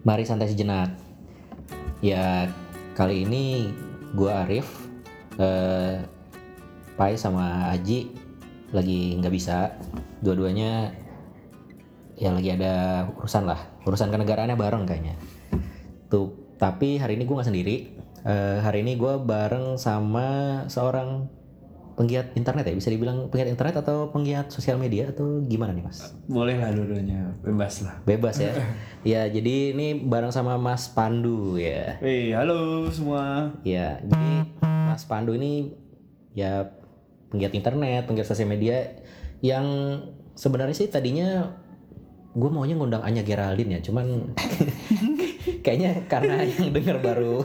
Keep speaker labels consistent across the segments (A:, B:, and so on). A: Mari santai sejenak. Ya kali ini gue Arif, eh, Pai sama Aji lagi nggak bisa. Dua-duanya ya lagi ada urusan lah, urusan kenegaraannya bareng kayaknya. Tuh, tapi hari ini gue nggak sendiri. Eh, hari ini gue bareng sama seorang penggiat internet ya, bisa dibilang penggiat internet atau penggiat sosial media atau gimana nih mas?
B: Boleh lah dua-duanya, bebas lah.
A: Bebas ya. ya jadi ini bareng sama Mas Pandu ya.
B: Wih, halo semua.
A: Ya, jadi Mas Pandu ini ya penggiat internet, penggiat sosial media yang sebenarnya sih tadinya gue maunya ngundang Anya Geraldine ya, cuman kayaknya karena yang denger baru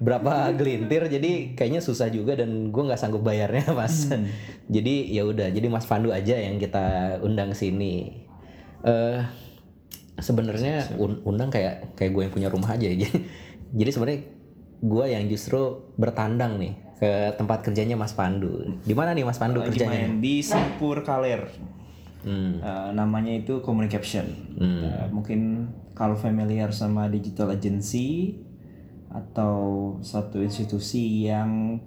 A: berapa gelintir jadi kayaknya susah juga dan gue nggak sanggup bayarnya mas
B: Hmm.
A: jadi ya udah jadi mas Pandu aja yang kita undang sini eh sebenarnya un- undang kayak kayak gue yang punya rumah aja ya jadi, jadi sebenarnya gue yang justru bertandang nih ke tempat kerjanya mas Pandu di mana nih mas Pandu
B: Lagi
A: kerjanya
B: main di Sempur Kaler.
A: Hmm.
B: Eh, namanya itu Communication. Eh, mungkin kalau familiar sama digital agency atau satu institusi yang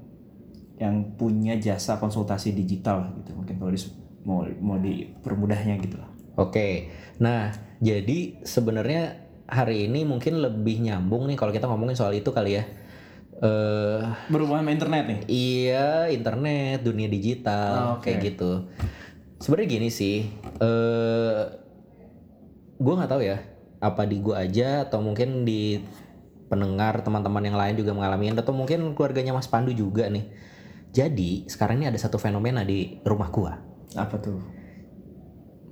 B: yang punya jasa konsultasi digital lah gitu. Mungkin kalau di mau mau dipermudahnya gitu lah.
A: Oke, nah jadi sebenarnya hari ini mungkin lebih nyambung nih kalau kita ngomongin soal itu kali ya. Eh
B: Berhubungan sama internet nih.
A: iya internet, dunia digital
B: Oh, oke.
A: kayak gitu. Sebenarnya gini sih, eh gue nggak tahu ya apa di gue aja atau mungkin di pendengar teman-teman yang lain juga mengalami atau mungkin keluarganya Mas Pandu juga nih. Jadi sekarang ini ada satu fenomena di rumah gua.
B: Apa tuh?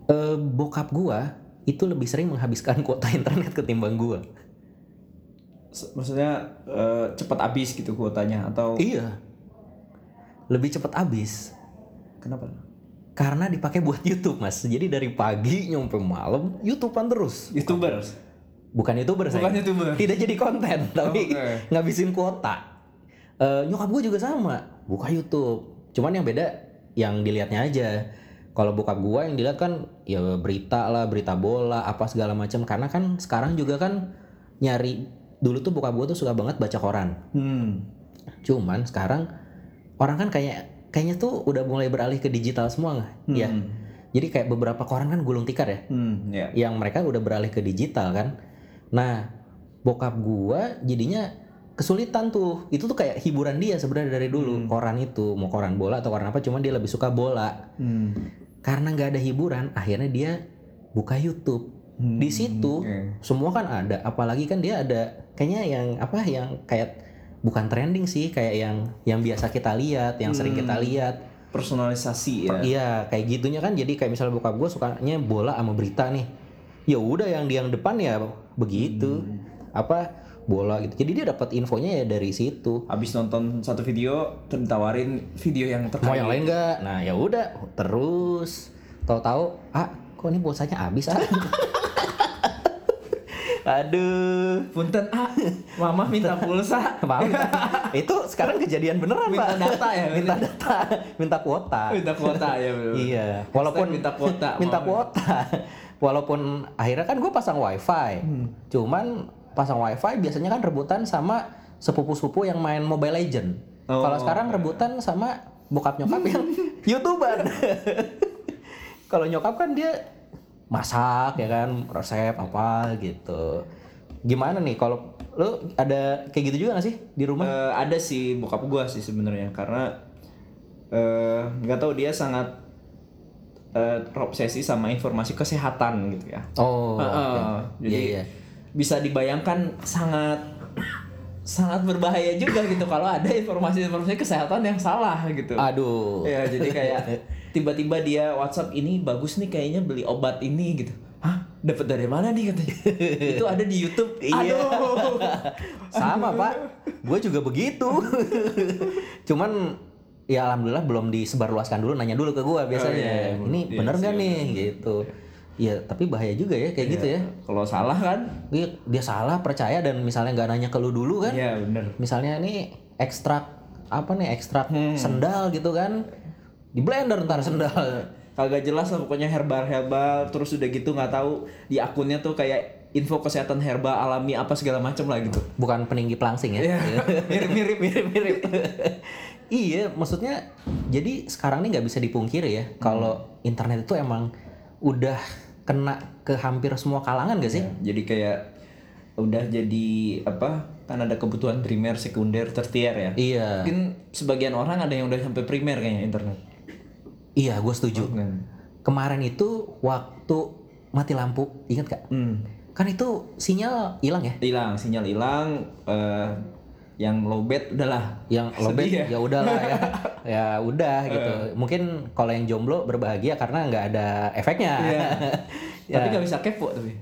A: Eh, bokap gua itu lebih sering menghabiskan kuota internet ketimbang gua.
B: S- Maksudnya eh, cepat habis gitu kuotanya atau
A: Iya. Lebih cepat habis
B: kenapa?
A: karena dipakai buat YouTube, Mas. Jadi dari pagi nyampe malam YouTubean terus.
B: Youtuber.
A: Bukan YouTuber saya.
B: Bukan YouTuber.
A: Tidak jadi konten, tapi
B: Oke.
A: ngabisin kuota. Eh, nyokap gua juga sama, buka YouTube. Cuman yang beda yang dilihatnya aja. Kalau bokap gua yang dilihat kan ya berita lah, berita bola, apa segala macam. Karena kan sekarang juga kan nyari dulu tuh bokap gua tuh suka banget baca koran.
B: Hmm.
A: Cuman sekarang orang kan kayak kayaknya tuh udah mulai beralih ke digital semua nggak?
B: Hmm.
A: Ya. Jadi kayak beberapa koran kan gulung tikar ya,
B: Hmm, ya.
A: yang mereka udah beralih ke digital kan. Nah, bokap gua jadinya kesulitan tuh. Itu tuh kayak hiburan dia sebenarnya dari dulu koran itu, mau koran bola atau koran apa, cuman dia lebih suka bola.
B: Hmm.
A: Karena nggak ada hiburan, akhirnya dia buka YouTube.
B: Hmm.
A: Di situ
B: oke.
A: semua kan ada, apalagi kan dia ada kayaknya yang apa yang kayak bukan trending sih, kayak yang yang biasa kita lihat, yang sering kita lihat.
B: Personalisasi ya.
A: Iya, kayak gitunya kan. Jadi kayak misalnya bokap gue sukanya bola sama berita nih. Ya udah yang di yang depan ya begitu.
B: Hmm.
A: Apa bola gitu. Jadi dia dapat infonya ya dari situ.
B: Habis nonton satu video, ter- ditawarin video yang
A: Mau
B: terkait.
A: yang lain nggak? Nah, ya udah terus tahu-tahu ah kok ini pulsanya habis ah. Aduh.
B: Punten ah, mama minta pulsa.
A: Maaf, Pak. kan? itu sekarang kejadian beneran,
B: Minta
A: Pak.
B: data ya,
A: minta data, minta kuota.
B: minta kuota ya bener.
A: Iya, walaupun
B: minta kuota,
A: minta
B: mau-
A: kuota. Walaupun akhirnya kan gue pasang wifi,
B: Hmm.
A: cuman pasang wifi biasanya kan rebutan sama sepupu-sepupu yang main Mobile Legend.
B: Oh.
A: Kalau sekarang rebutan sama bokap nyokap yang youtuber. Kalau nyokap kan dia masak ya kan resep apa gitu. Gimana nih kalau lu ada kayak gitu juga gak sih di rumah?
B: Eh, ada sih bokap gua sih sebenarnya karena eh, nggak tahu dia sangat eh, terobsesi sama informasi kesehatan gitu ya.
A: Oh,
B: Heeh.
A: oke.
B: Jadi
A: Iya, iya.
B: bisa dibayangkan sangat sangat berbahaya juga gitu kalau ada informasi-informasi kesehatan yang salah gitu.
A: Aduh.
B: Ya jadi kayak tiba-tiba dia WhatsApp ini bagus nih kayaknya beli obat ini gitu. Hah? Dapat dari mana nih katanya? Itu ada di YouTube.
A: Iya.
B: Aduh.
A: Sama pak, gue juga begitu. Cuman ya alhamdulillah belum disebarluaskan dulu, nanya dulu ke gue biasanya.
B: Oh, iya, iya,
A: Ini
B: iya,
A: bener
B: sih,
A: gak
B: iya,
A: nih gitu. Ya tapi bahaya juga ya kayak gitu ya.
B: Kalau salah kan?
A: Dia, dia salah percaya dan misalnya nggak nanya ke lu dulu kan.
B: Iya bener.
A: Misalnya ini ekstrak apa nih ekstrak
B: Hmm.
A: sendal gitu kan. Di blender ntar sendal.
B: Kagak jelas lah pokoknya herbal herbal terus udah gitu nggak tahu di akunnya tuh kayak info kesehatan herba alami apa segala macam lah gitu.
A: Bukan peninggi pelangsing ya.
B: Iya. mirip mirip mirip mirip.
A: iya, maksudnya jadi sekarang ini nggak bisa dipungkiri
B: Hmm.
A: ya kalau internet itu emang udah kena ke hampir semua kalangan gak sih?
B: jadi kayak udah jadi apa? Kan ada kebutuhan primer, sekunder, tertier ya.
A: Iya.
B: Mungkin sebagian orang ada yang udah sampai primer kayaknya internet.
A: Iya, gue setuju.
B: Kan.
A: Kemarin itu waktu mati lampu, ingat gak?
B: Hmm.
A: Kan itu sinyal hilang ya?
B: Hilang sinyal hilang eh, yang lowbat udahlah.
A: Yang
B: Sedih
A: lobet
B: ya.
A: ya udahlah ya. ya udah
B: Eh.
A: gitu. Mungkin kalau yang jomblo berbahagia karena nggak ada efeknya.
B: Iya.
A: Ya.
B: Tapi nggak bisa kepo tapi.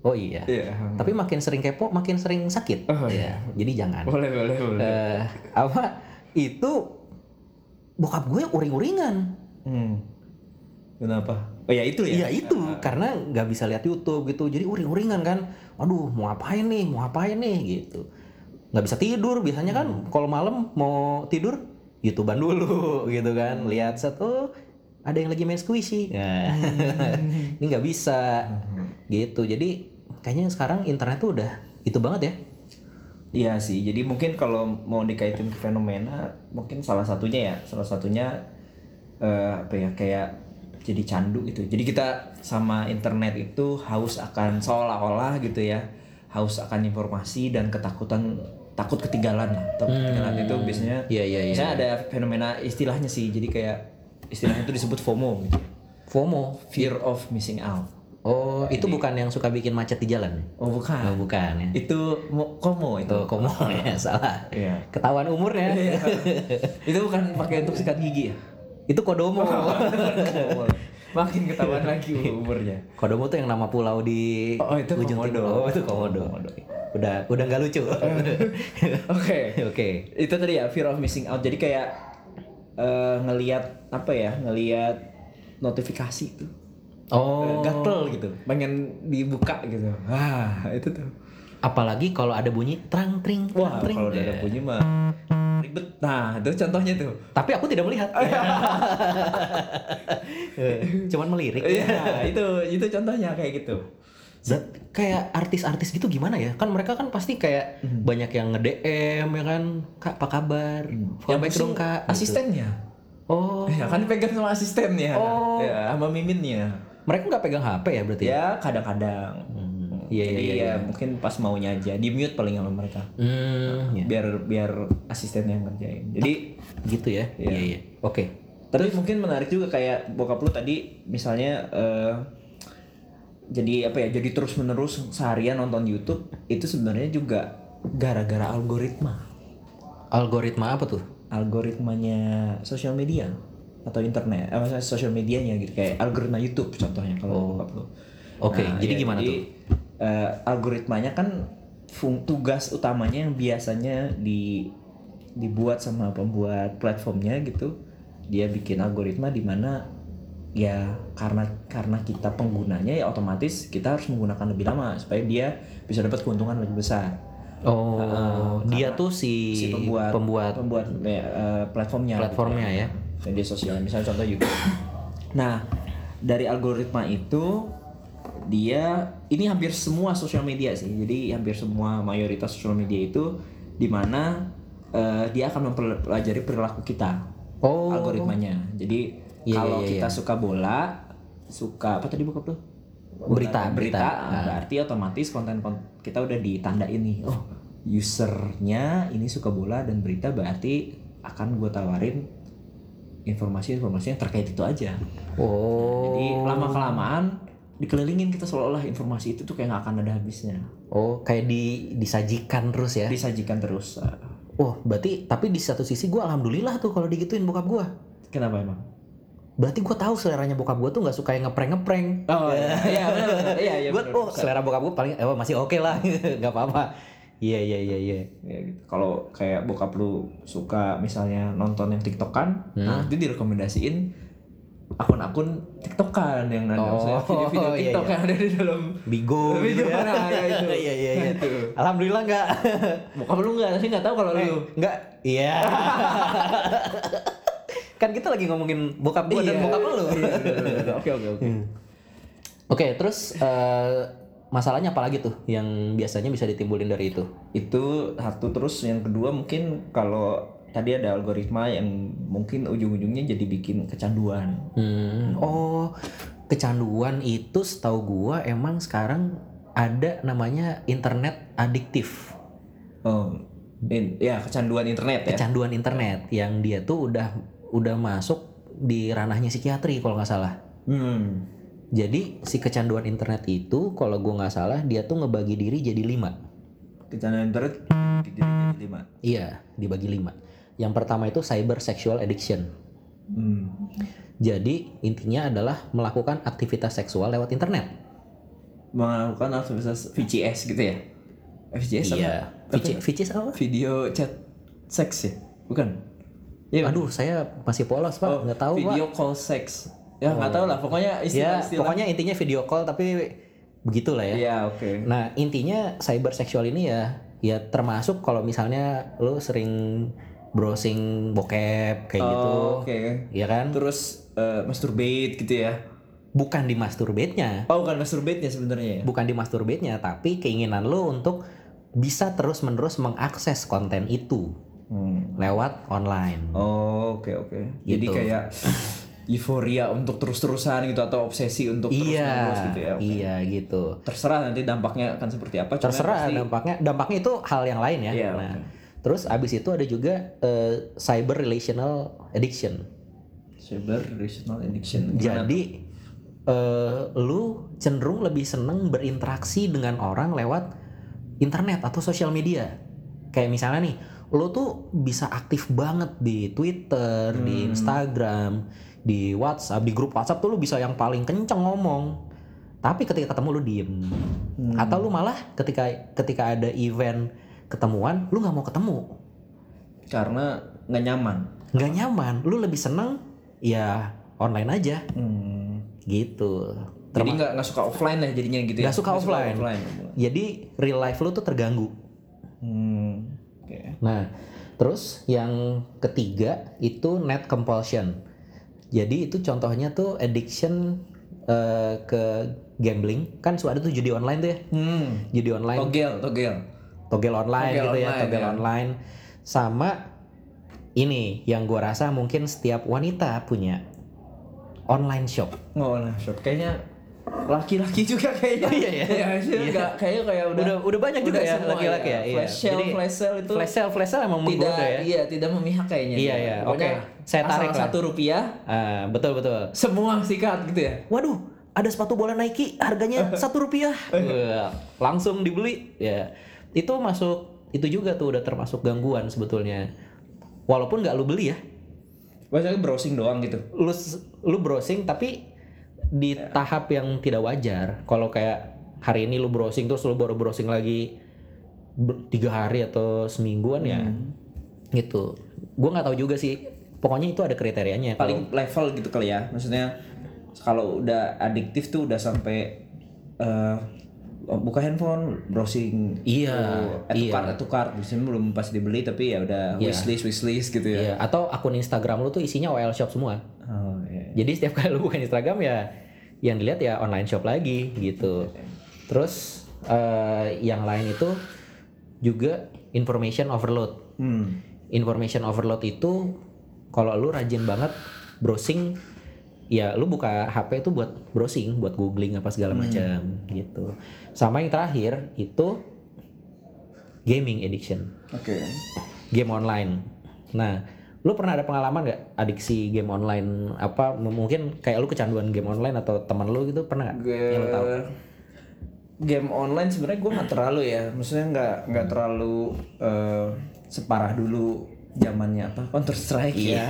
A: Oh iya.
B: Iya.
A: Tapi makin sering kepo, makin sering sakit.
B: Oh,
A: Iya. Jadi jangan.
B: Boleh boleh boleh.
A: Eh, apa itu bokap gue uring-uringan.
B: Hmm. Kenapa? Oh ya itu ya.
A: Iya itu karena nggak bisa lihat YouTube gitu. Jadi uring-uringan kan. Aduh mau ngapain nih? Mau ngapain nih gitu. Nggak bisa tidur biasanya kan kalau malam mau tidur YouTubean dulu gitu kan. Lihat set oh ada yang lagi main squishy. Ya. Ini nggak bisa gitu. Jadi kayaknya sekarang internet tuh udah itu banget ya.
B: Iya sih. Jadi mungkin kalau mau dikaitin ke fenomena, mungkin salah satunya ya, salah satunya eh, apa ya kayak jadi candu gitu. Jadi kita sama internet itu haus akan seolah-olah gitu ya, haus akan informasi dan ketakutan takut ketinggalan lah. Takut ketinggalan itu biasanya.
A: Hmm. Iya, iya, iya.
B: Misalnya ada fenomena istilahnya sih. Jadi kayak istilahnya itu disebut FOMO gitu.
A: FOMO.
B: Fear of missing out.
A: Oh, itu bukan yang suka bikin macet di jalan.
B: Oh bukan.
A: Oh, bukan ya.
B: Itu mo- komo itu.
A: Itu komo ya, salah.
B: Ah. Iya.
A: Ketahuan umurnya.
B: itu bukan pakai untuk sikat gigi ya?
A: itu kodomo.
B: Makin ketahuan lagi umurnya.
A: kodomo tuh yang nama pulau di
B: Oh, itu
A: ujung
B: Komodo.
A: timur. Oh, itu komodo. Udah udah nggak lucu. Oke.
B: Oke. Itu tadi ya fear of missing out. Jadi kayak eh, ngelihat apa ya? Ngelihat notifikasi itu. Eh,
A: Oh,
B: Gatel gitu. Pengen dibuka gitu. Wah, itu tuh.
A: apalagi kalau ada bunyi terang tring trang,
B: Wah,
A: tring.
B: kalau udah ada bunyi mah ribet. Nah, itu contohnya tuh.
A: Tapi aku tidak melihat.
B: Oh, iya.
A: Eh, Cuman melirik.
B: Iya, itu itu contohnya kayak gitu.
A: Dan kayak artis-artis gitu gimana ya? Kan mereka kan pasti kayak
B: Hmm.
A: banyak yang nge-DM ya kan, "Kak, apa kabar? Follow back
B: Hmm. penting
A: dong, Kak." Gitu.
B: asistennya.
A: Oh,
B: Ya, kan pegang sama asistennya.
A: Oh.
B: Ya, sama miminnya.
A: mereka nggak pegang HP ya berarti? ya?
B: ya kadang-kadang
A: Iya,
B: jadi
A: iya,
B: ya mungkin pas maunya aja di mute paling sama mereka
A: Hmm, ya.
B: biar biar asistennya yang kerjain jadi
A: gitu ya. Iya, iya. Oke.
B: tapi mungkin menarik juga kayak bokap lu tadi misalnya eh, jadi apa ya jadi terus menerus seharian nonton YouTube itu sebenarnya juga gara-gara algoritma
A: Algoritma apa tuh?
B: algoritmanya sosial media atau internet eh, maksudnya sosial medianya gitu kayak algoritma YouTube contohnya kalau bokap lu
A: Oh. Oke, jadi gimana tuh?
B: ya, eh, algoritmanya kan fung- tugas utamanya yang biasanya di dibuat sama pembuat platformnya gitu dia bikin algoritma di mana ya karena karena kita penggunanya ya otomatis kita harus menggunakan lebih lama supaya dia bisa dapat keuntungan lebih besar
A: Oh, dia
B: karena
A: tuh si,
B: si pembuat
A: pembuat
B: pembuat ya, eh, platformnya
A: platformnya ya.
B: media sosial misalnya contoh YouTube nah dari algoritma itu dia ini hampir semua sosial media sih jadi hampir semua mayoritas sosial media itu dimana dia akan mempelajari perilaku kita
A: Oh.
B: algoritmanya jadi
A: Iya, iya,
B: kalau
A: iya,
B: kita suka bola suka apa tadi buka tuh
A: Berita,
B: berita,
A: berita.
B: ah, berarti otomatis konten kon- kita udah ditandain nih oh usernya ini suka bola dan berita berarti akan gue tawarin informasi-informasi yang terkait itu aja
A: Oh.
B: jadi lama kelamaan dikelilingin kita seolah-olah informasi itu tuh kayak nggak akan ada habisnya
A: Oh, kayak di disajikan terus ya.
B: disajikan terus Ah,
A: Wah, berarti tapi di satu sisi gue alhamdulillah tuh kalau digituin bokap gue.
B: kenapa emang
A: Berarti gue tahu seleranya bokap gue tuh nggak suka yang ngeprank-ngeprank.
B: oh iya iya benar-benar. iya iya
A: Gua,
B: benar.
A: oh, selera bokap gue paling eh, masih oke lah. nggak apa-apa. Iya, iya, iya, iya.
B: ya gitu. Kalau kayak bokap lu suka misalnya nonton yang TikTokan, nah itu direkomendasiin akun-akun TikTokan yang ada
A: Oh,
B: maksudnya video-video
A: iya, iya.
B: TikTok yang ada di dalam
A: Bigo gitu
B: Bigo,
A: ya.
B: nah, ya itu.
A: Iya, iya, iya.
B: Itu.
A: Alhamdulillah nggak.
B: bokap lu nggak sih nggak tahu kalau lu
A: Nggak. Iya. kan kita lagi ngomongin bokap gue dan
B: Iya.
A: bokap lu.
B: Iya, iya, iya, iya. Oke oke oke.
A: Oke, terus eh, masalahnya apalagi tuh yang biasanya bisa ditimbulin dari itu?
B: itu satu terus yang kedua mungkin kalau tadi ada algoritma yang mungkin ujung-ujungnya jadi bikin kecanduan
A: Hmm, oh, kecanduan itu setahu gua emang sekarang ada namanya internet adiktif.
B: oh in- ya kecanduan internet ya
A: Kecanduan internet yang dia tuh udah udah masuk di ranahnya psikiatri kalau nggak salah.
B: hmm
A: Jadi si kecanduan internet itu kalau gua nggak salah dia tuh ngebagi diri jadi lima.
B: kecanduan internet jadi jadi lima
A: Iya, dibagi lima. Yang pertama itu cyber sexual addiction.
B: hmm.
A: Jadi intinya adalah melakukan aktivitas seksual lewat internet.
B: melakukan aktivitas VCS gitu ya VCS
A: Iya.
B: apa? Apa
A: Vici-
B: ya?
A: Vicis apa?
B: video chat seks ya bukan Iya, kan?
A: Aduh, saya masih polos pak,
B: Oh,
A: nggak tahu pak.
B: video call sex ya nggak tahu lah pokoknya
A: Ya,
B: istilah istilah
A: pokoknya intinya video call tapi begitulah ya.
B: ya oke
A: Nah, intinya cyber seksual ini ya, ya termasuk kalau misalnya lo sering browsing bokep kayak gitu,
B: Oh, oke
A: ya kan?
B: terus eh, masturbate gitu ya
A: Bukan di masturbate-nya,
B: oh bukan masturbate nya sebenarnya ya
A: bukan di masturbate-nya, tapi keinginan lo untuk bisa terus-menerus mengakses konten itu
B: Hmm.
A: lewat online.
B: Oh, oke oke. Jadi
A: Gitu.
B: kayak euforia untuk terus-terusan gitu atau obsesi untuk
A: iya,
B: terus-menerus gitu ya. Oke.
A: iya gitu.
B: Terserah nanti dampaknya akan seperti apa. cuman
A: terserah
B: pasti-
A: dampaknya dampaknya itu hal yang lain ya
B: Iya,
A: nah
B: oke.
A: terus abis itu ada juga eh, cyber relational addiction
B: Cyber relational addiction. Gimana?
A: jadi eh, lu cenderung lebih seneng berinteraksi dengan orang lewat internet atau sosial media kayak misalnya nih lu tuh bisa aktif banget di Twitter di
B: Hmm.
A: Instagram di WhatsApp di grup WhatsApp tuh lu bisa yang paling kenceng ngomong tapi ketika ketemu lu diem
B: Hmm.
A: atau lu malah ketika ketika ada event ketemuan lu nggak mau ketemu
B: karena nggak nyaman.
A: nggak nyaman lu lebih seneng ya online aja
B: Hmm.
A: gitu
B: Jadi
A: Terma-
B: nggak nggak suka offline lah jadinya gitu ya.
A: Nggak suka offline. jadi real life lu tuh terganggu
B: Hmm. Oke.
A: nah terus yang ketiga itu net compulsion jadi itu contohnya tuh addiction eh, ke gambling kan suka ada tuh judi online tuh ya
B: Hmm.
A: judi online
B: Togel, togel.
A: togel online
B: Togel
A: gitu ya
B: online,
A: togel
B: ya.
A: online sama ini yang gua rasa mungkin setiap wanita punya online shop
B: Oh, nah, shop. Kayaknya laki-laki juga kayaknya. Ya,
A: Oh, iya, iya.
B: sih,
A: Iya.
B: nggak- kayaknya kayak udah.
A: udah udah banyak juga
B: udah
A: ya
B: semua,
A: laki-laki ya, iya.
B: Flash sale,
A: Jadi,
B: flash sale itu
A: flash sale flash sale emang
B: tidak
A: menggoda ya
B: iya tidak memihak kayaknya
A: Iya, iya.
B: Pokoknya
A: Oke. Saya tarik
B: asal
A: lah.
B: satu rupiah
A: Ah, betul betul
B: semua sikat gitu ya
A: waduh ada sepatu bola Nike harganya satu rupiah Wah, langsung dibeli ya itu masuk itu juga tuh udah termasuk gangguan sebetulnya walaupun nggak lu beli ya
B: biasanya browsing doang gitu
A: lu lu browsing tapi di tahap yang tidak wajar kalau kayak hari ini lu browsing terus lu baru browsing lagi ber- tiga hari atau semingguan ya gitu gua nggak tahu juga sih pokoknya itu ada kriterianya
B: paling level gitu kali ya maksudnya kalau udah adiktif tuh udah sampai eh, buka handphone browsing eh,
A: Iya, iya.
B: etukar etukar biasanya belum pas dibeli tapi ya udah
A: Iya.
B: wishlist wishlist gitu
A: Iya,
B: ya
A: atau akun Instagram lu tuh isinya OL shop semua
B: oh, iya.
A: jadi setiap kali lu buka Instagram ya yang dilihat ya online shop lagi gitu terus eh, yang lain itu juga information overload
B: hmm.
A: information overload itu kalau lu rajin banget browsing ya lu buka HP itu buat browsing, buat googling apa segala
B: Hmm.
A: macam gitu. Sama yang terakhir itu gaming addiction,
B: oke
A: game online. Nah, lu pernah ada pengalaman nggak adiksi game online apa m- mungkin kayak lu kecanduan game online atau teman lu gitu pernah nggak?
B: Gue-
A: Yang lu tahu.
B: game online sebenarnya gue nggak terlalu ya maksudnya nggak nggak terlalu eh, separah dulu zamannya apa counter strike
A: Iya.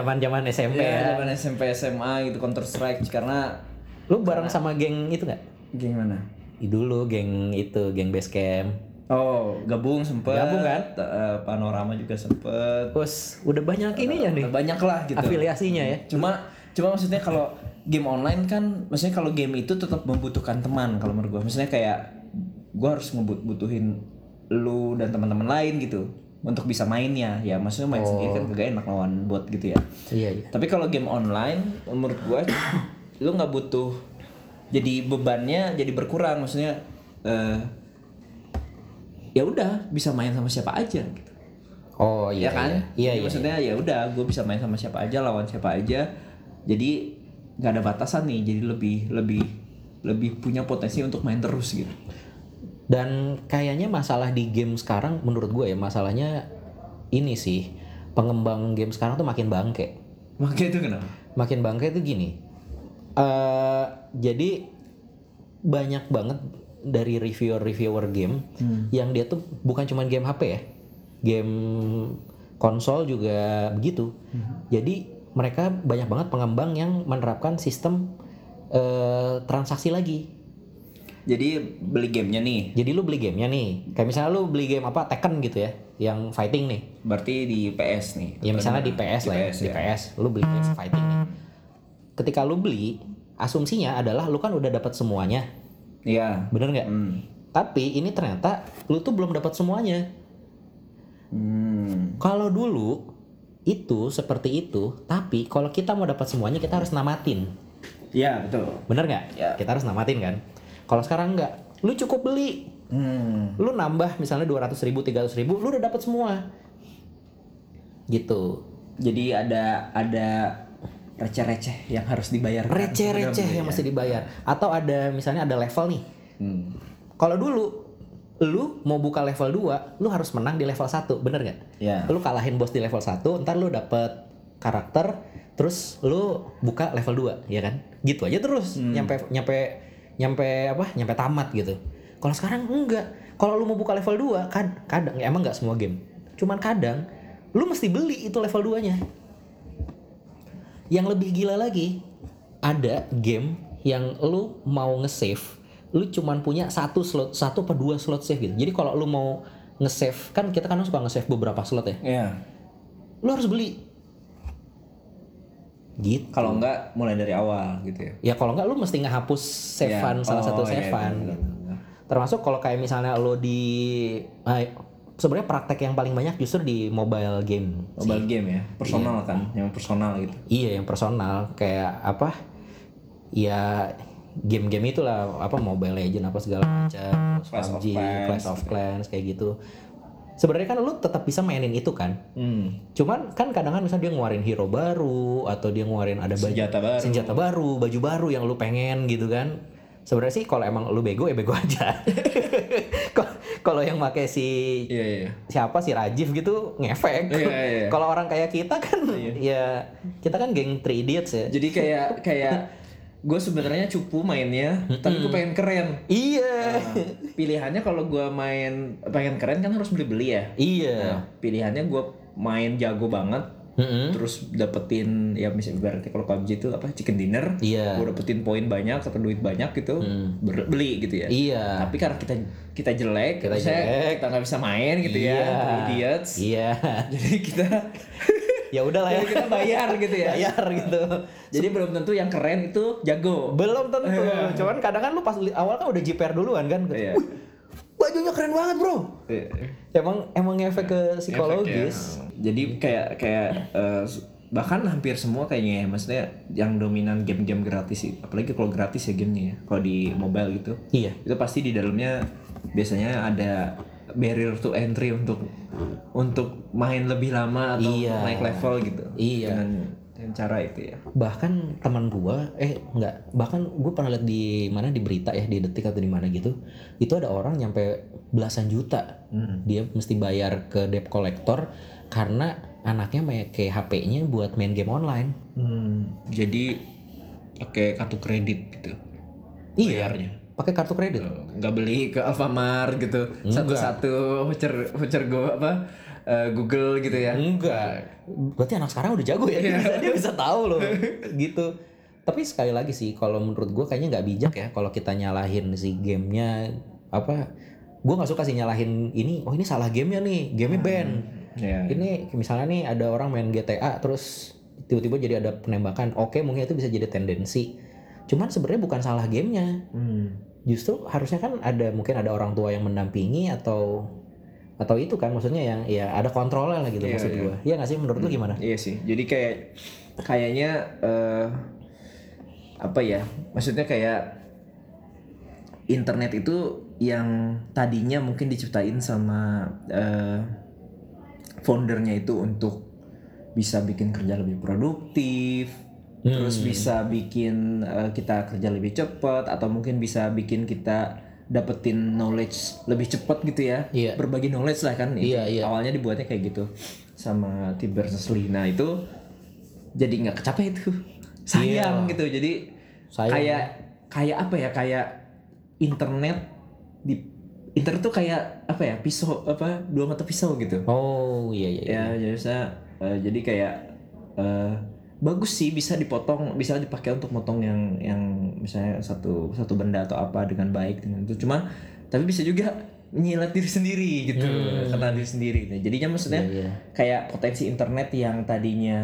A: Zaman-zaman SMP
B: Iya,
A: ya.
B: zaman SMP SMA gitu counter strike karena
A: Lu bareng sama geng itu nggak?
B: gimana
A: Ih, Dulu geng itu, geng Basecamp.
B: oh gabung sempet
A: Gabung kan?
B: eh, panorama juga sempet
A: Terus udah banyak ininya nih
B: Udah banyak lah gitu
A: afiliasinya ya.
B: cuma cuma maksudnya kalau game online kan maksudnya kalau game itu tetap membutuhkan teman kalau menurut gue maksudnya kayak gue harus ngebut butuhin lu dan teman-teman lain gitu untuk bisa mainnya ya maksudnya main sendiri
A: Oh.
B: kan kagak enak lawan bot gitu ya
A: Iya, iya.
B: tapi kalau game online menurut gue lu nggak butuh jadi bebannya jadi berkurang maksudnya eh, ya udah bisa main sama siapa aja gitu.
A: Oh
B: ya
A: iya
B: kan
A: Iya
B: Jadi
A: iya.
B: maksudnya ya udah gue bisa main sama siapa aja lawan siapa aja jadi nggak ada batasan nih jadi lebih lebih lebih punya potensi untuk main terus gitu
A: Dan kayaknya masalah di game sekarang menurut gue ya masalahnya ini sih pengembang game sekarang tuh makin bangke.
B: makanya itu kenapa
A: Makin bangke tuh gini. eh jadi banyak banget dari reviewer-reviewer game yang dia tuh bukan cuma game HP ya. Game konsol juga begitu. Jadi mereka banyak banget pengembang yang menerapkan sistem eh transaksi lagi.
B: jadi beli gamenya nih
A: Jadi lu beli gamenya nih, kayak misalnya lu beli game apa Tekken gitu ya, yang fighting nih.
B: berarti di PS nih
A: Ya misalnya di PS lah ya, di
B: ya.
A: PS, lu beli game fighting nih. Ketika lu beli, asumsinya adalah lu kan udah dapat semuanya,
B: Iya.
A: bener nggak?
B: Hmm.
A: Tapi ini ternyata lu tuh belum dapat semuanya.
B: Hmm.
A: Kalau dulu itu seperti itu, tapi kalau kita mau dapat semuanya kita harus namatin,
B: Iya, betul.
A: bener nggak?
B: Ya.
A: Kita harus namatin kan. Kalau sekarang nggak, lu cukup beli,
B: Hmm.
A: lu nambah misalnya 200 ribu, 300 ribu, lu udah dapat semua. Gitu.
B: Jadi ada ada receh-receh yang harus dibayar. kan? Iya,
A: Receh-receh yang
B: ya.
A: mesti dibayar. Atau ada misalnya ada level nih.
B: Hmm.
A: Kalau dulu lu mau buka level 2, lu harus menang di level 1, bener nggak?
B: Ya.
A: Lu kalahin bos di level 1, ntar lu dapet karakter, terus lu buka level 2, ya kan? Gitu aja terus nyampe nyampe nyampe apa? Nyampe tamat gitu. Kalau sekarang enggak. Kalau lu mau buka level 2 kan kadang ya emang nggak semua game. Cuman kadang lu mesti beli itu level 2-nya. Yang lebih gila lagi, ada game yang lu mau nge-save, lu cuman punya satu slot, satu per dua slot save gitu. Jadi kalau lu mau nge-save, kan kita kan suka nge-save beberapa slot ya.
B: Iya.
A: Lu harus beli. Gitu.
B: Kalau enggak mulai dari awal gitu ya.
A: Ya kalau nggak lu mesti ngehapus save-an
B: Iya.
A: salah satu
B: Oh, iya,
A: save-an.
B: benar,
A: gitu.
B: benar.
A: Termasuk kalau kayak misalnya lu di ah, sebenarnya praktek yang paling banyak justru di mobile game. sih.
B: Mobile game ya, personal kan, yang personal gitu.
A: Iya yang personal kayak apa? Ya game-game itulah apa Mobile Legend apa segala macam, terus
B: Clash of
A: PUBG,
B: Clans.
A: Clash of Clans kayak gitu. Sebenarnya kan lu tetap bisa mainin itu kan.
B: Hmm.
A: Cuman kan kadang kan misalnya dia ngeluarin hero baru atau dia ngeluarin ada baju
B: Senjata baru.
A: senjata baru, baju baru yang lu pengen gitu kan. Sebenarnya sih kalau emang lu bego ya bego aja. Kalau- kalau yang pakai si
B: Iya, iya.
A: siapa si Rajiv gitu ngefek.
B: Iya, iya.
A: Kalau orang kayak kita kan ya kita kan geng 3 idiots ya.
B: Jadi kayak kayak gue sebenarnya cupu mainnya, tapi gue pengen keren.
A: Iya.
B: Nah, pilihannya kalau gue main pengen keren kan harus beli-beli ya.
A: Iya.
B: Nah, pilihannya gue main jago banget,
A: Mm-mm.
B: terus dapetin ya misalnya berarti kalau PUBG itu apa chicken dinner
A: Iya. Hmm.
B: gue dapetin poin banyak atau duit banyak gitu ber- beli gitu ya
A: Iya.
B: tapi karena kita kita jelek
A: Kita
B: maksudnya
A: jelek.
B: kita nggak bisa main gitu
A: Iya.
B: ya three idiots
A: Iya.
B: jadi kita
A: Ya udahlah ya.
B: jadi kita bayar gitu ya
A: Bayar gitu.
B: jadi belum tentu yang keren itu jago
A: Belum tentu. Cuman kadang kan lu pas li- awal kan udah jiper duluan kan.
B: Iya.
A: Wih, bajunya keren banget, Bro. Emang emang ngefek ke psikologis.
B: Efek ya. jadi kayak kayak eh, bahkan hampir semua kayaknya ya maksudnya yang dominan game-game gratis itu. apalagi kalau gratis ya gamenya ya kalau di mobile gitu
A: Iya.
B: itu pasti di dalamnya biasanya ada barrier to entry untuk untuk main lebih lama atau
A: Iya.
B: naik level gitu
A: Iya.
B: dengan, dengan cara itu ya
A: bahkan teman gua eh nggak bahkan gua pernah lihat di mana di berita ya di detik atau di mana gitu itu ada orang nyampe belasan juta dia mesti bayar ke debt collector karena anaknya pakai HP-nya buat main game online
B: Hmm. jadi pakai kartu kredit gitu
A: iya
B: bayarnya
A: pakai kartu kredit
B: gitu. nggak beli ke Alfamart gitu satu-satu voucher voucher go apa eh, Google gitu
A: Hmm.
B: ya
A: enggak berarti anak sekarang udah jago ya dia bisa, dia bisa tahu loh gitu tapi sekali lagi sih kalau menurut gua kayaknya nggak bijak ya kalau kita nyalahin si gamenya apa gua nggak suka sih nyalahin ini oh ini salah gamenya nih gamenya band
B: ya
A: Ini misalnya nih ada orang main GTA terus tiba-tiba jadi ada penembakan. Oke, mungkin itu bisa jadi tendensi. Cuman sebenarnya bukan salah gamenya. Justru harusnya kan ada mungkin ada orang tua yang mendampingi atau atau itu kan maksudnya yang ya ada kontrolnya lah gitu
B: Iya,
A: maksud
B: iya.
A: gua. Iya nggak sih menurut lu gimana?
B: Iya sih. Jadi kayak kayaknya eh apa ya? Maksudnya kayak internet itu yang tadinya mungkin diciptain sama eh, foundernya itu untuk bisa bikin kerja lebih produktif,
A: Hmm.
B: terus bisa bikin eh, kita kerja lebih cepat atau mungkin bisa bikin kita dapetin knowledge lebih cepat gitu ya.
A: Iya.
B: Berbagi knowledge lah kan. itu.
A: Iya, iya.
B: Awalnya dibuatnya kayak gitu sama Tiber Selina itu jadi nggak kecapai itu. Sayang gitu. Jadi
A: Iya. Sayang.
B: kayak kayak apa ya? Kayak internet di internet tuh kayak apa ya? Pisau apa? Dua mata pisau gitu
A: Oh iya iya. iya.
B: ya jadi saya eh, jadi kayak eh, bagus sih bisa dipotong bisa dipakai untuk motong yang yang misalnya satu satu benda atau apa dengan baik dengan itu cuma tapi bisa juga nyilat diri sendiri gitu karena diri sendiri Nah, jadinya maksudnya
A: Iya, iya.
B: kayak potensi internet yang tadinya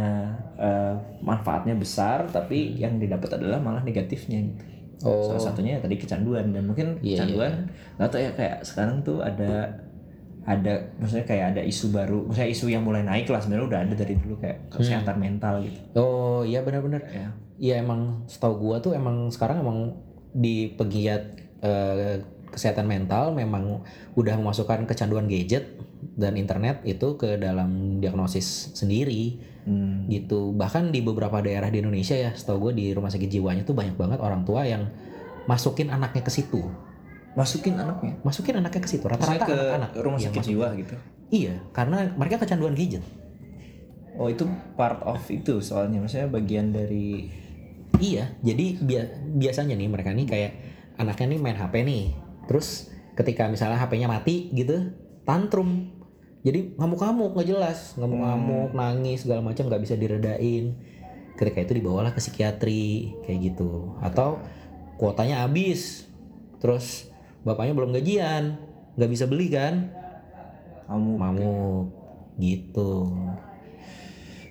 B: eh, manfaatnya besar tapi yang didapat adalah malah negatifnya gitu
A: Hmm. Oh.
B: salah satunya ya tadi kecanduan dan mungkin
A: Iya,
B: kecanduan nggak tahu ya kayak sekarang tuh ada ada maksudnya kayak ada isu baru maksudnya isu yang mulai naik lah sebenarnya udah ada dari dulu
A: Hmm.
B: kayak kesehatan mental gitu
A: Oh iya benar-benar.
B: ya
A: Iya emang setahu gua tuh emang sekarang emang di pegiat eh, kesehatan mental memang udah memasukkan kecanduan gadget dan internet itu ke dalam diagnosis sendiri
B: Hmm.
A: gitu. Bahkan di beberapa daerah di Indonesia ya, setahu gua di rumah sakit jiwanya tuh banyak banget orang tua yang masukin anaknya ke situ.
B: masukin anaknya
A: Masukin anaknya ke situ
B: maksudnya
A: rata-rata
B: ke
A: anak-anak
B: rumah
A: yang
B: sakit
A: masuk.
B: jiwa gitu
A: Iya, karena mereka kecanduan gadget.
B: oh itu part of itu soalnya maksudnya bagian dari
A: Iya, jadi bia- biasanya nih mereka nih kayak anaknya nih main HP nih. Terus ketika misalnya HP-nya mati gitu, tantrum. Jadi ngamuk-ngamuk nggak jelas, ngamuk-ngamuk, nangis segala macam nggak bisa diredain. Ketika itu dibawalah ke psikiatri kayak gitu. Atau kuotanya habis. Terus bapaknya belum gajian, nggak bisa beli kan?
B: kamu
A: Ngamuk gitu.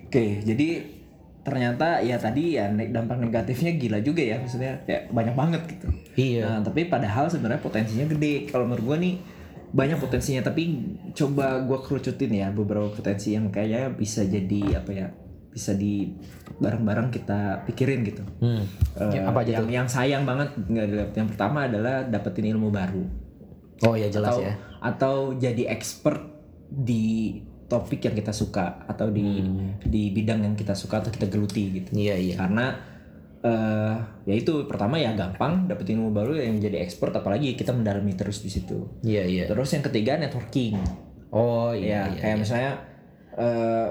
B: Oke, jadi ternyata ya tadi ya ne- dampak negatifnya gila juga ya, maksudnya kayak banyak banget gitu.
A: Iya.
B: Nah, tapi padahal sebenarnya potensinya gede. Kalau menurut gua nih banyak potensinya, tapi coba gua kerucutin ya beberapa potensi yang kayaknya bisa jadi apa ya, bisa di bareng-bareng kita pikirin gitu.
A: Hmm.
B: Eh,
A: apa aja
B: yang
A: tuh?
B: yang sayang banget nggak dilihat. Yang pertama adalah dapetin ilmu baru
A: Oh ya jelas
B: atau
A: ya.
B: atau jadi expert di topik yang kita suka atau di
A: Hmm.
B: di bidang yang kita suka atau kita geluti gitu
A: Iya iya.
B: karena eh ya itu pertama ya gampang dapetin ilmu baru ya yang jadi expert apalagi kita mendalami terus di situ
A: Iya iya.
B: terus yang ketiga networking
A: Oh iya. iya,
B: ya kayak
A: iya.
B: misalnya eh,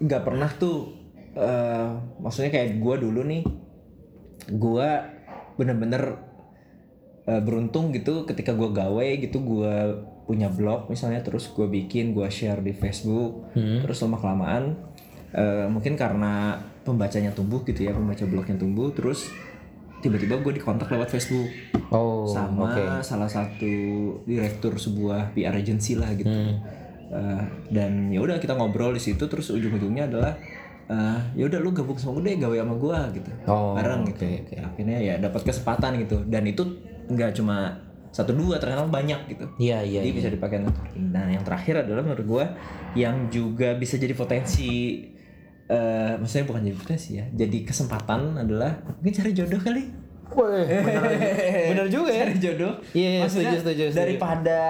B: nggak pernah tuh eh, maksudnya kayak gua dulu nih gua bener-bener eh, beruntung gitu ketika gua gawe gitu gua punya blog misalnya terus gua bikin gua share di Facebook
A: Hmm.
B: terus lama kelamaan eh, mungkin karena pembacanya tumbuh gitu ya pembaca blognya tumbuh terus tiba-tiba gue dikontak lewat Facebook
A: Oh,
B: sama
A: oke.
B: salah satu direktur sebuah PR agency lah gitu.
A: Hmm.
B: Eh, dan ya udah kita ngobrol di situ terus ujung-ujungnya adalah eh, ya udah lu gabung sama gue deh gawe sama gua gitu.
A: Oh,
B: Bareng gitu.
A: oke, oke.
B: Akhirnya ya dapat kesempatan gitu dan itu nggak cuma satu dua ternyata banyak gitu.
A: Iya, iya.
B: Jadi
A: iya.
B: bisa dipakai networking. Nah, yang terakhir adalah menurut gua yang juga bisa jadi potensi eh maksudnya bukan jadi potensi ya. Jadi kesempatan adalah mungkin cari jodoh kali.
A: bener juga ya.
B: Cari jodoh.
A: Iya, iya,
B: Maksudnya
A: setuju, setuju, setuju.
B: Daripada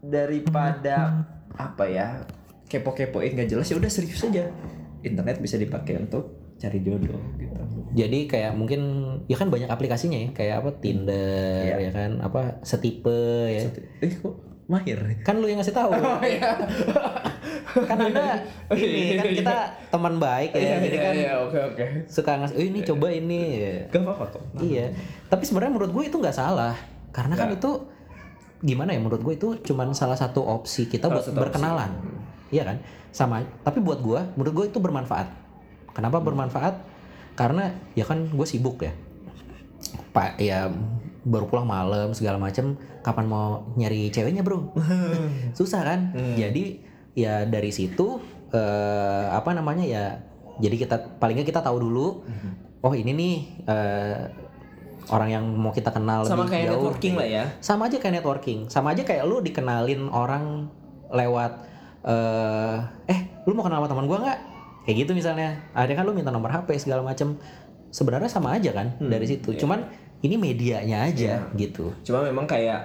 B: daripada apa ya? Kepo-kepoin gak jelas ya udah serius aja. Internet bisa dipakai untuk cari jodoh gitu.
A: Jadi kayak mungkin ya kan banyak aplikasinya ya, kayak apa Tinder ya
B: Iya.
A: kan, apa setipe ya.
B: Eh kok mahir?
A: Kan lu yang ngasih tahu. kan Anda
B: Oh, iya,
A: ini
B: iya,
A: kan
B: iya.
A: kita teman baik ya. jadi kan
B: oke oke.
A: suka ngasih, "Eh, ini coba ini." ya.
B: Gak apa-apa kok.
A: Iya. Tapi sebenarnya menurut gue itu nggak salah. Karena
B: Ya.
A: kan itu gimana ya menurut gue itu cuman salah satu opsi kita
B: Salah
A: buat
B: satu opsi. Hmm.
A: berkenalan. Iya kan? Sama tapi buat gue menurut gue itu bermanfaat.
B: Hmm.
A: Kenapa bermanfaat? Karena ya kan gue sibuk ya. Pak ya baru pulang malam segala macem kapan mau nyari ceweknya, Bro? Susah kan?
B: Hmm.
A: Jadi ya dari situ eh, apa namanya ya jadi kita palingnya kita tahu dulu oh ini nih eh, orang yang mau kita kenal
B: Sama
A: lebih
B: kayak
A: jauh.
B: networking lah ya.
A: sama aja kayak networking sama aja kayak lu dikenalin orang lewat eh eh lu mau kenal sama teman gua nggak kayak gitu misalnya akhirnya kan lu minta nomor hp segala macem sebenarnya sama aja kan dari situ cuman ini medianya aja
B: Hmm, Iya.
A: gitu.
B: Cuma memang kayak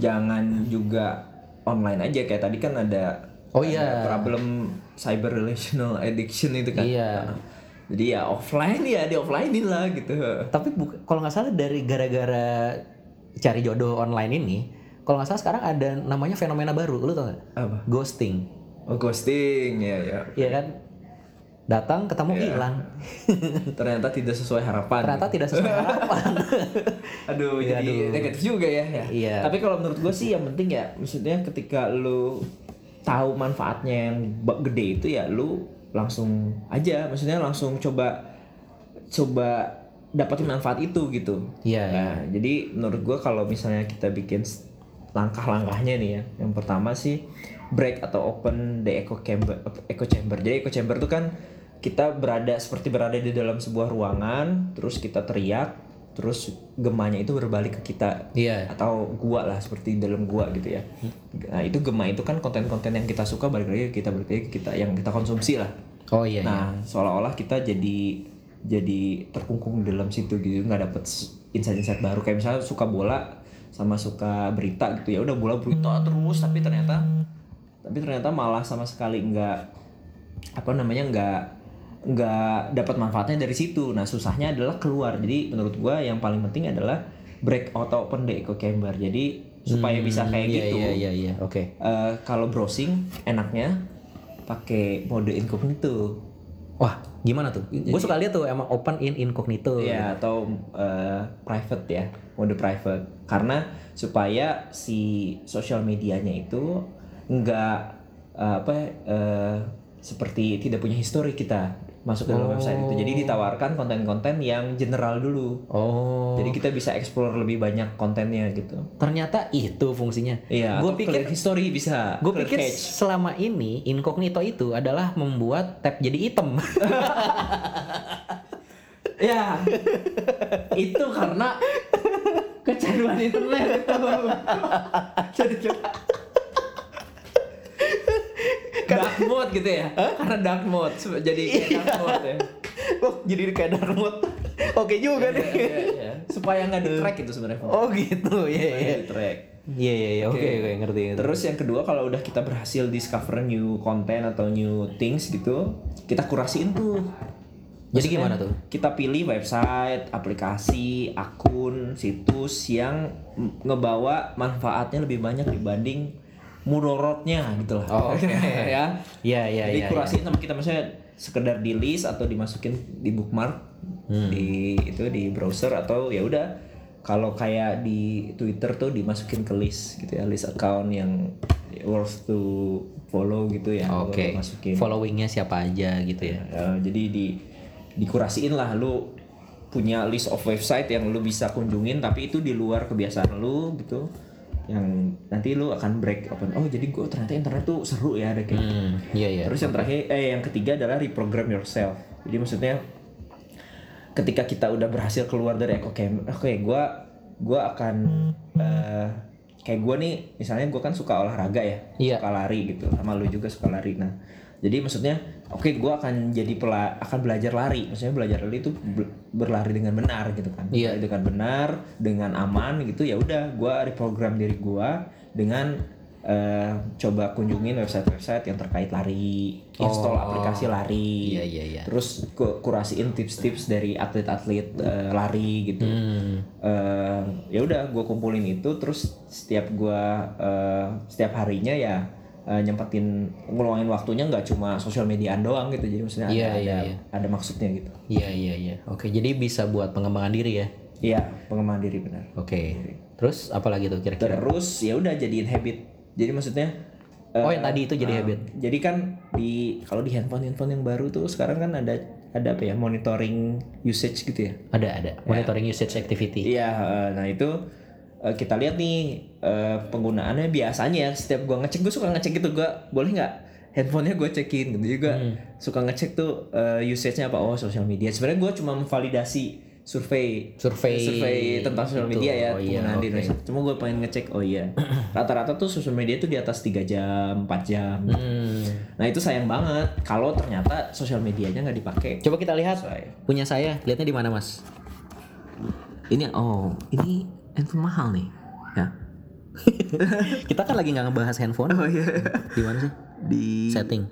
B: jangan juga online aja kayak tadi kan ada
A: Oh
B: ada
A: iya.
B: problem cyber relational addiction itu kan.
A: Iya.
B: Nah, Jadi ya offline ya di offline lah gitu.
A: Tapi bu- kalau nggak salah dari gara-gara cari jodoh online ini, kalau nggak salah sekarang ada namanya fenomena baru, lu tau nggak?
B: Apa?
A: Ghosting,
B: Oh, ghosting ya ya.
A: Iya kan? Datang ketemu
B: Iya.
A: hilang,
B: Ternyata tidak sesuai harapan.
A: ternyata tidak sesuai harapan.
B: aduh
A: Iya,
B: jadi
A: aduh.
B: negatif juga ya, ya.
A: Iya.
B: tapi kalau menurut gue sih yang penting ya maksudnya ketika lu tahu manfaatnya yang ba- gede itu ya lu langsung aja maksudnya langsung coba coba dapatin manfaat itu gitu
A: Iya,
B: Nah, jadi menurut gue kalau misalnya kita bikin s- langkah-langkahnya nih ya yang pertama sih break atau open the echo chamber echo chamber jadi echo chamber itu kan kita berada seperti berada di dalam sebuah ruangan terus kita teriak terus gemanya itu berbalik ke kita
A: Iya.
B: atau gua lah seperti dalam gua gitu ya nah itu gema itu kan konten-konten yang kita suka balik lagi ke kita balik lagi ke kita yang kita konsumsi lah
A: Oh iya. iya.
B: nah seolah-olah kita jadi jadi terkungkung di dalam situ gitu nggak dapet s- insight-insight baru kayak misalnya suka bola sama suka berita gitu ya udah bola
A: Hmm.
B: berita terus tapi ternyata tapi ternyata malah sama sekali nggak apa namanya nggak nggak dapat manfaatnya dari situ nah susahnya adalah keluar jadi menurut gua yang paling penting adalah break atau open the echo chamber jadi supaya bisa kayak
A: iya,
B: gitu
A: Iya iya iya. Oke.
B: eh, kalau browsing enaknya pakai mode incognito
A: Wah gimana tuh? Gue suka lihat tuh emang open in incognito.
B: ya atau eh, private ya mode private karena supaya si sosial medianya itu nggak eh, apa eh, seperti tidak punya histori kita masuk ke dalam website itu jadi ditawarkan konten-konten yang general dulu
A: Oh.
B: jadi kita bisa explore lebih banyak kontennya gitu
A: Ternyata itu fungsinya.
B: Iya,
A: Gue
B: atau
A: pikir
B: clear history bisa.
A: Gue
B: clear
A: pikir
B: cache.
A: selama ini incognito itu adalah membuat tab jadi item.
B: Ya, itu karena kecanduan internet itu. Jadi kita dark mode gitu ya? Karena dark mode, se- jadi kayak dark mode ya.
A: Iya. Oh, jadi kayak dark mode. Oke juga
B: Iya, iya, iya. Supaya nggak di track itu sebenarnya. Fon.
A: Oh gitu, ya
B: Supaya
A: ya.
B: nggak di track.
A: Iya iya iya. Oke
B: Oke.
A: oke ngerti. ngerti.
B: Terus yang kedua kalau udah kita berhasil discover new content atau new things gitu, kita kurasiin tuh.
A: Jadi
B: Maksudnya,
A: gimana tuh?
B: Kita pilih website, aplikasi, akun, situs yang m- ngebawa manfaatnya lebih banyak dibanding mudorotnya gitu lah.
A: Oh, oke.
B: ya.
A: Iya iya
B: Jadi
A: iya.
B: kurasiin sama kita misalnya sekedar di list atau dimasukin di bookmark
A: Hmm.
B: di itu di browser atau ya udah kalau kayak di Twitter tuh dimasukin ke list gitu ya list account yang worth to follow gitu ya
A: Oh, Oke.
B: Baru masukin
A: Followingnya siapa aja gitu ya.
B: Ya, jadi di dikurasiin lah lu punya list of website yang lu bisa kunjungin tapi itu di luar kebiasaan lu gitu yang nanti lu akan break open oh jadi gue ternyata internet tuh seru ya ada kayak gitu.
A: Hmm, iya iya.
B: Terus yang terakhir eh yang ketiga adalah reprogram yourself. Jadi maksudnya ketika kita udah berhasil keluar dari echo chamber, oke gua gua akan eh, kayak gua nih misalnya gua kan suka olahraga ya,
A: Iya.
B: suka lari gitu. Sama lu juga suka lari. Nah, jadi maksudnya oke gua akan jadi pela akan belajar lari. Maksudnya belajar lari itu be- berlari dengan benar gitu kan.
A: Iya.
B: Berlari dengan benar, dengan aman gitu ya udah gua reprogram diri gua dengan eh, coba kunjungin website-website yang terkait lari,
A: Oh.
B: install aplikasi lari,
A: Iya, iya, iya.
B: terus ku- kurasiin tips-tips dari atlet-atlet eh, lari gitu.
A: Hmm.
B: Eh, ya udah, gue kumpulin itu, terus setiap gua eh, setiap harinya ya eh, nyempetin ngeluangin waktunya nggak cuma sosial mediaan doang gitu, jadi maksudnya ada
A: Iya, iya,
B: ada,
A: iya.
B: ada maksudnya gitu.
A: Iya iya iya. Oke, jadi bisa buat pengembangan diri ya.
B: Iya, pengembangan diri benar.
A: Oke. Terus apa lagi tuh kira-kira?
B: Terus ya udah jadiin habit. Jadi maksudnya eh,
A: Oh, yang tadi itu jadi
B: eh,
A: habit.
B: Jadi kan di kalau di handphone handphone yang baru tuh sekarang kan ada ada apa ya monitoring usage gitu ya.
A: Ada ada. Monitoring usage activity.
B: Iya, eh, nah itu eh, kita lihat nih eh, penggunaannya biasanya setiap gua ngecek gua suka ngecek gitu gua boleh nggak handphonenya gua cekin gitu juga suka ngecek tuh eh, usage-nya apa oh sosial media sebenarnya gua cuma memvalidasi survei
A: Survei
B: tentang sosial
A: itu.
B: media ya
A: Oh iya,
B: penggunaan
A: oke.
B: di Indonesia cuma gua pengen ngecek oh iya rata-rata tuh sosial media tuh di atas 3 jam 4 jam
A: Hmm.
B: nah itu sayang banget kalau ternyata sosial medianya nggak dipakai
A: Coba kita lihat
B: Saya.
A: punya saya, lihatnya di mana, Mas?
B: ini oh ini handphone mahal nih ya
A: Kita kan lagi nggak ngebahas handphone.
B: oh iya
A: Gimana sih?
B: di
A: Setting.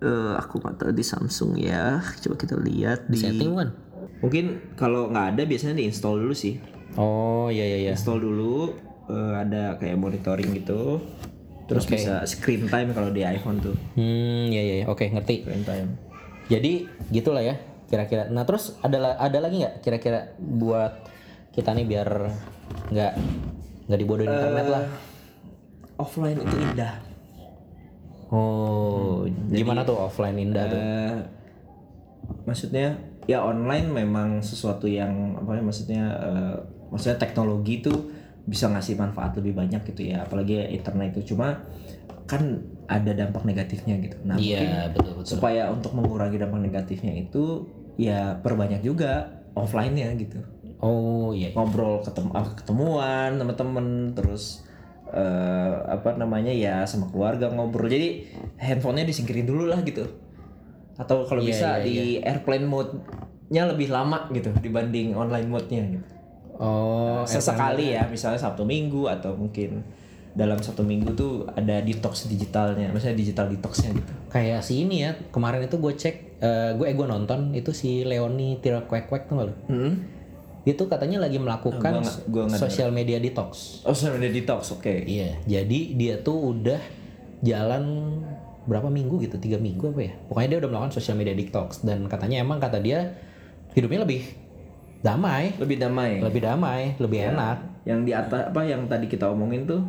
B: eh, aku nggak tahu di Samsung ya coba kita lihat di
A: Setting bukan?
B: mungkin kalau nggak ada biasanya diinstall dulu sih
A: Oh iya iya iya.
B: install dulu eh, ada kayak monitoring gitu terus
A: Oke.
B: bisa screen time kalau di iPhone tuh
A: Hmm iya iya. iya. Oke ngerti.
B: screen time
A: Jadi gitulah ya kira-kira. Nah terus ada la- ada lagi nggak kira-kira buat kita nih biar nggak nggak
B: Eh,
A: dibodohin internet lah.
B: offline itu indah
A: Oh gimana tuh offline indah tuh?
B: Eh, maksudnya ya online memang sesuatu yang apa ya maksudnya eh, maksudnya teknologi itu bisa ngasih manfaat lebih banyak gitu ya apalagi ya internet itu cuma kan ada dampak negatifnya gitu nah mungkin
A: Iya betul betul.
B: supaya untuk mengurangi dampak negatifnya itu ya perbanyak juga offline-nya gitu
A: Oh iya. iya.
B: ngobrol ketem ah, ketemuan teman-teman terus eh, apa namanya ya sama keluarga ngobrol jadi handphonenya disingkirin dulu lah gitu atau kalau
A: Iya,
B: bisa
A: iya,
B: di airplane mode-nya lebih lama gitu dibanding online mode-nya gitu.
A: Oh
B: sesekali ya misalnya sabtu minggu atau mungkin dalam satu minggu tuh ada detox digitalnya maksudnya digital detoxnya gitu
A: kayak si ini ya kemarin itu gue cek eh, gue eh gue nonton itu si Leoni Tira Kwek Kwek tuh
B: hmm.
A: itu katanya lagi
B: Gua
A: melakukan
B: nggak- gua nggak
A: social media detox
B: oh social media detox oke
A: iya jadi dia tuh udah jalan berapa minggu gitu tiga minggu apa ya pokoknya dia udah melakukan social media detox dan katanya emang kata dia hidupnya lebih damai
B: lebih damai
A: lebih damai lebih
B: Iya.
A: enak
B: yang di atas apa yang tadi kita omongin tuh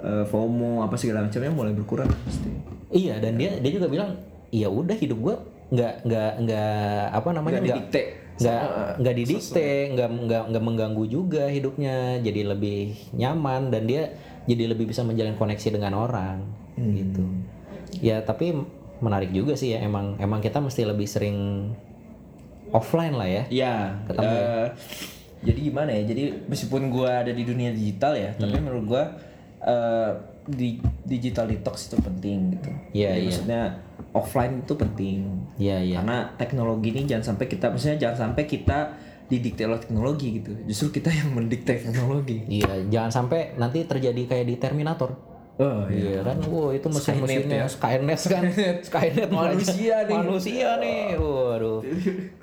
B: eh, FOMO apa segala macamnya mulai berkurang pasti.
A: iya dan dia dia juga bilang iya udah hidup gue nggak nggak nggak apa namanya
B: Nggak
A: nggak
B: didikte
A: nggak
B: sama,
A: nggak didikte nggak nggak nggak mengganggu juga hidupnya jadi lebih nyaman dan dia jadi lebih bisa menjalin koneksi dengan orang gitu ya tapi menarik juga sih ya emang emang kita mesti lebih sering offline lah ya
B: Ya,
A: Ketemu
B: eh, jadi gimana ya? Jadi meskipun gua ada di dunia digital ya, tapi
A: Hmm.
B: menurut gua eh, di digital detox itu penting gitu.
A: Iya,
B: Jadi
A: iya.
B: Maksudnya offline itu penting.
A: Iya iya
B: Karena teknologi ini jangan sampai kita maksudnya jangan sampai kita didikte oleh teknologi gitu. Justru kita yang mendikte teknologi.
A: iya jangan sampai nanti terjadi kayak di Terminator
B: Oh,
A: Iya kan, wow itu mesin-mesinnya Skynet, kan, Skynet
B: ya? Manusia nih.
A: manusia nih, waduh.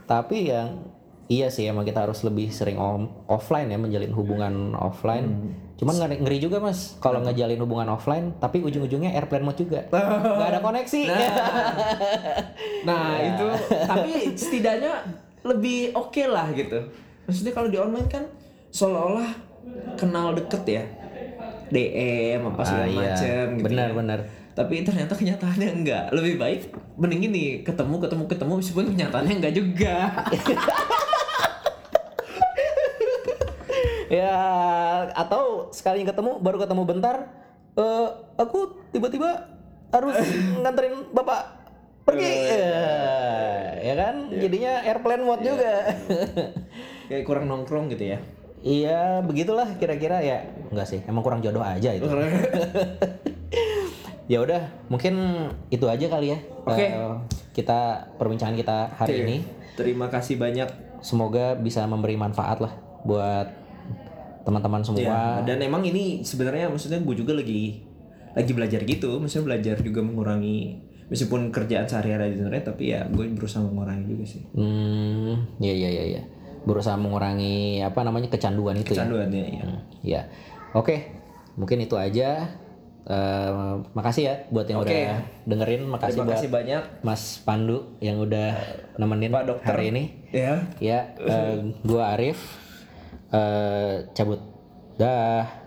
A: Tapi yang iya sih emang kita harus lebih sering on- offline ya menjalin hubungan offline.
B: Hmm.
A: Cuman ngeri, ngeri juga mas kalau ngejalin hubungan offline, tapi ujung-ujungnya airplane mode juga, nggak ada koneksi. Iya. Ah,
B: Nah itu tapi setidaknya lebih oke lah gitu. Maksudnya kalau di online kan seolah-olah kenal deket ya, DM apa
A: Ah,
B: segala
A: iya.
B: macem gitu.
A: Benar,
B: ya.
A: benar.
B: Tapi ternyata kenyataannya enggak. Lebih baik mending ini ketemu ketemu ketemu meskipun kenyataannya enggak juga.
A: ya atau sekali ketemu baru ketemu bentar, eh, aku tiba-tiba harus nganterin bapak pergi, Eh, ya kan? Jadinya airplane mode juga.
B: Kayak kurang nongkrong gitu ya.
A: Iya, begitulah kira-kira ya. Enggak sih, emang kurang jodoh aja itu. ya udah, mungkin itu aja kali ya.
B: Oke.
A: Eh, kita perbincangan kita hari ini.
B: Terima kasih banyak.
A: Semoga bisa memberi manfaat lah buat teman-teman semua.
B: Ya, dan emang ini sebenarnya maksudnya gue juga lagi lagi belajar gitu, maksudnya belajar juga mengurangi meskipun kerjaan sehari-hari di internet tapi ya gue berusaha mengurangi juga sih
A: Iya. Hmm, ya ya ya ya. Berusaha mengurangi apa namanya kecanduan itu ya.
B: canduannya ya.
A: Ya. Oke, mungkin itu aja. Eh, makasih ya buat yang
B: Oke.
A: udah dengerin. Makasih
B: Terima
A: buat
B: kasih banyak
A: Mas Pandu yang udah nemenin
B: Pak Dokter.
A: hari ini.
B: ya.
A: Ya, eh, gua Arif eh cabut. Dah.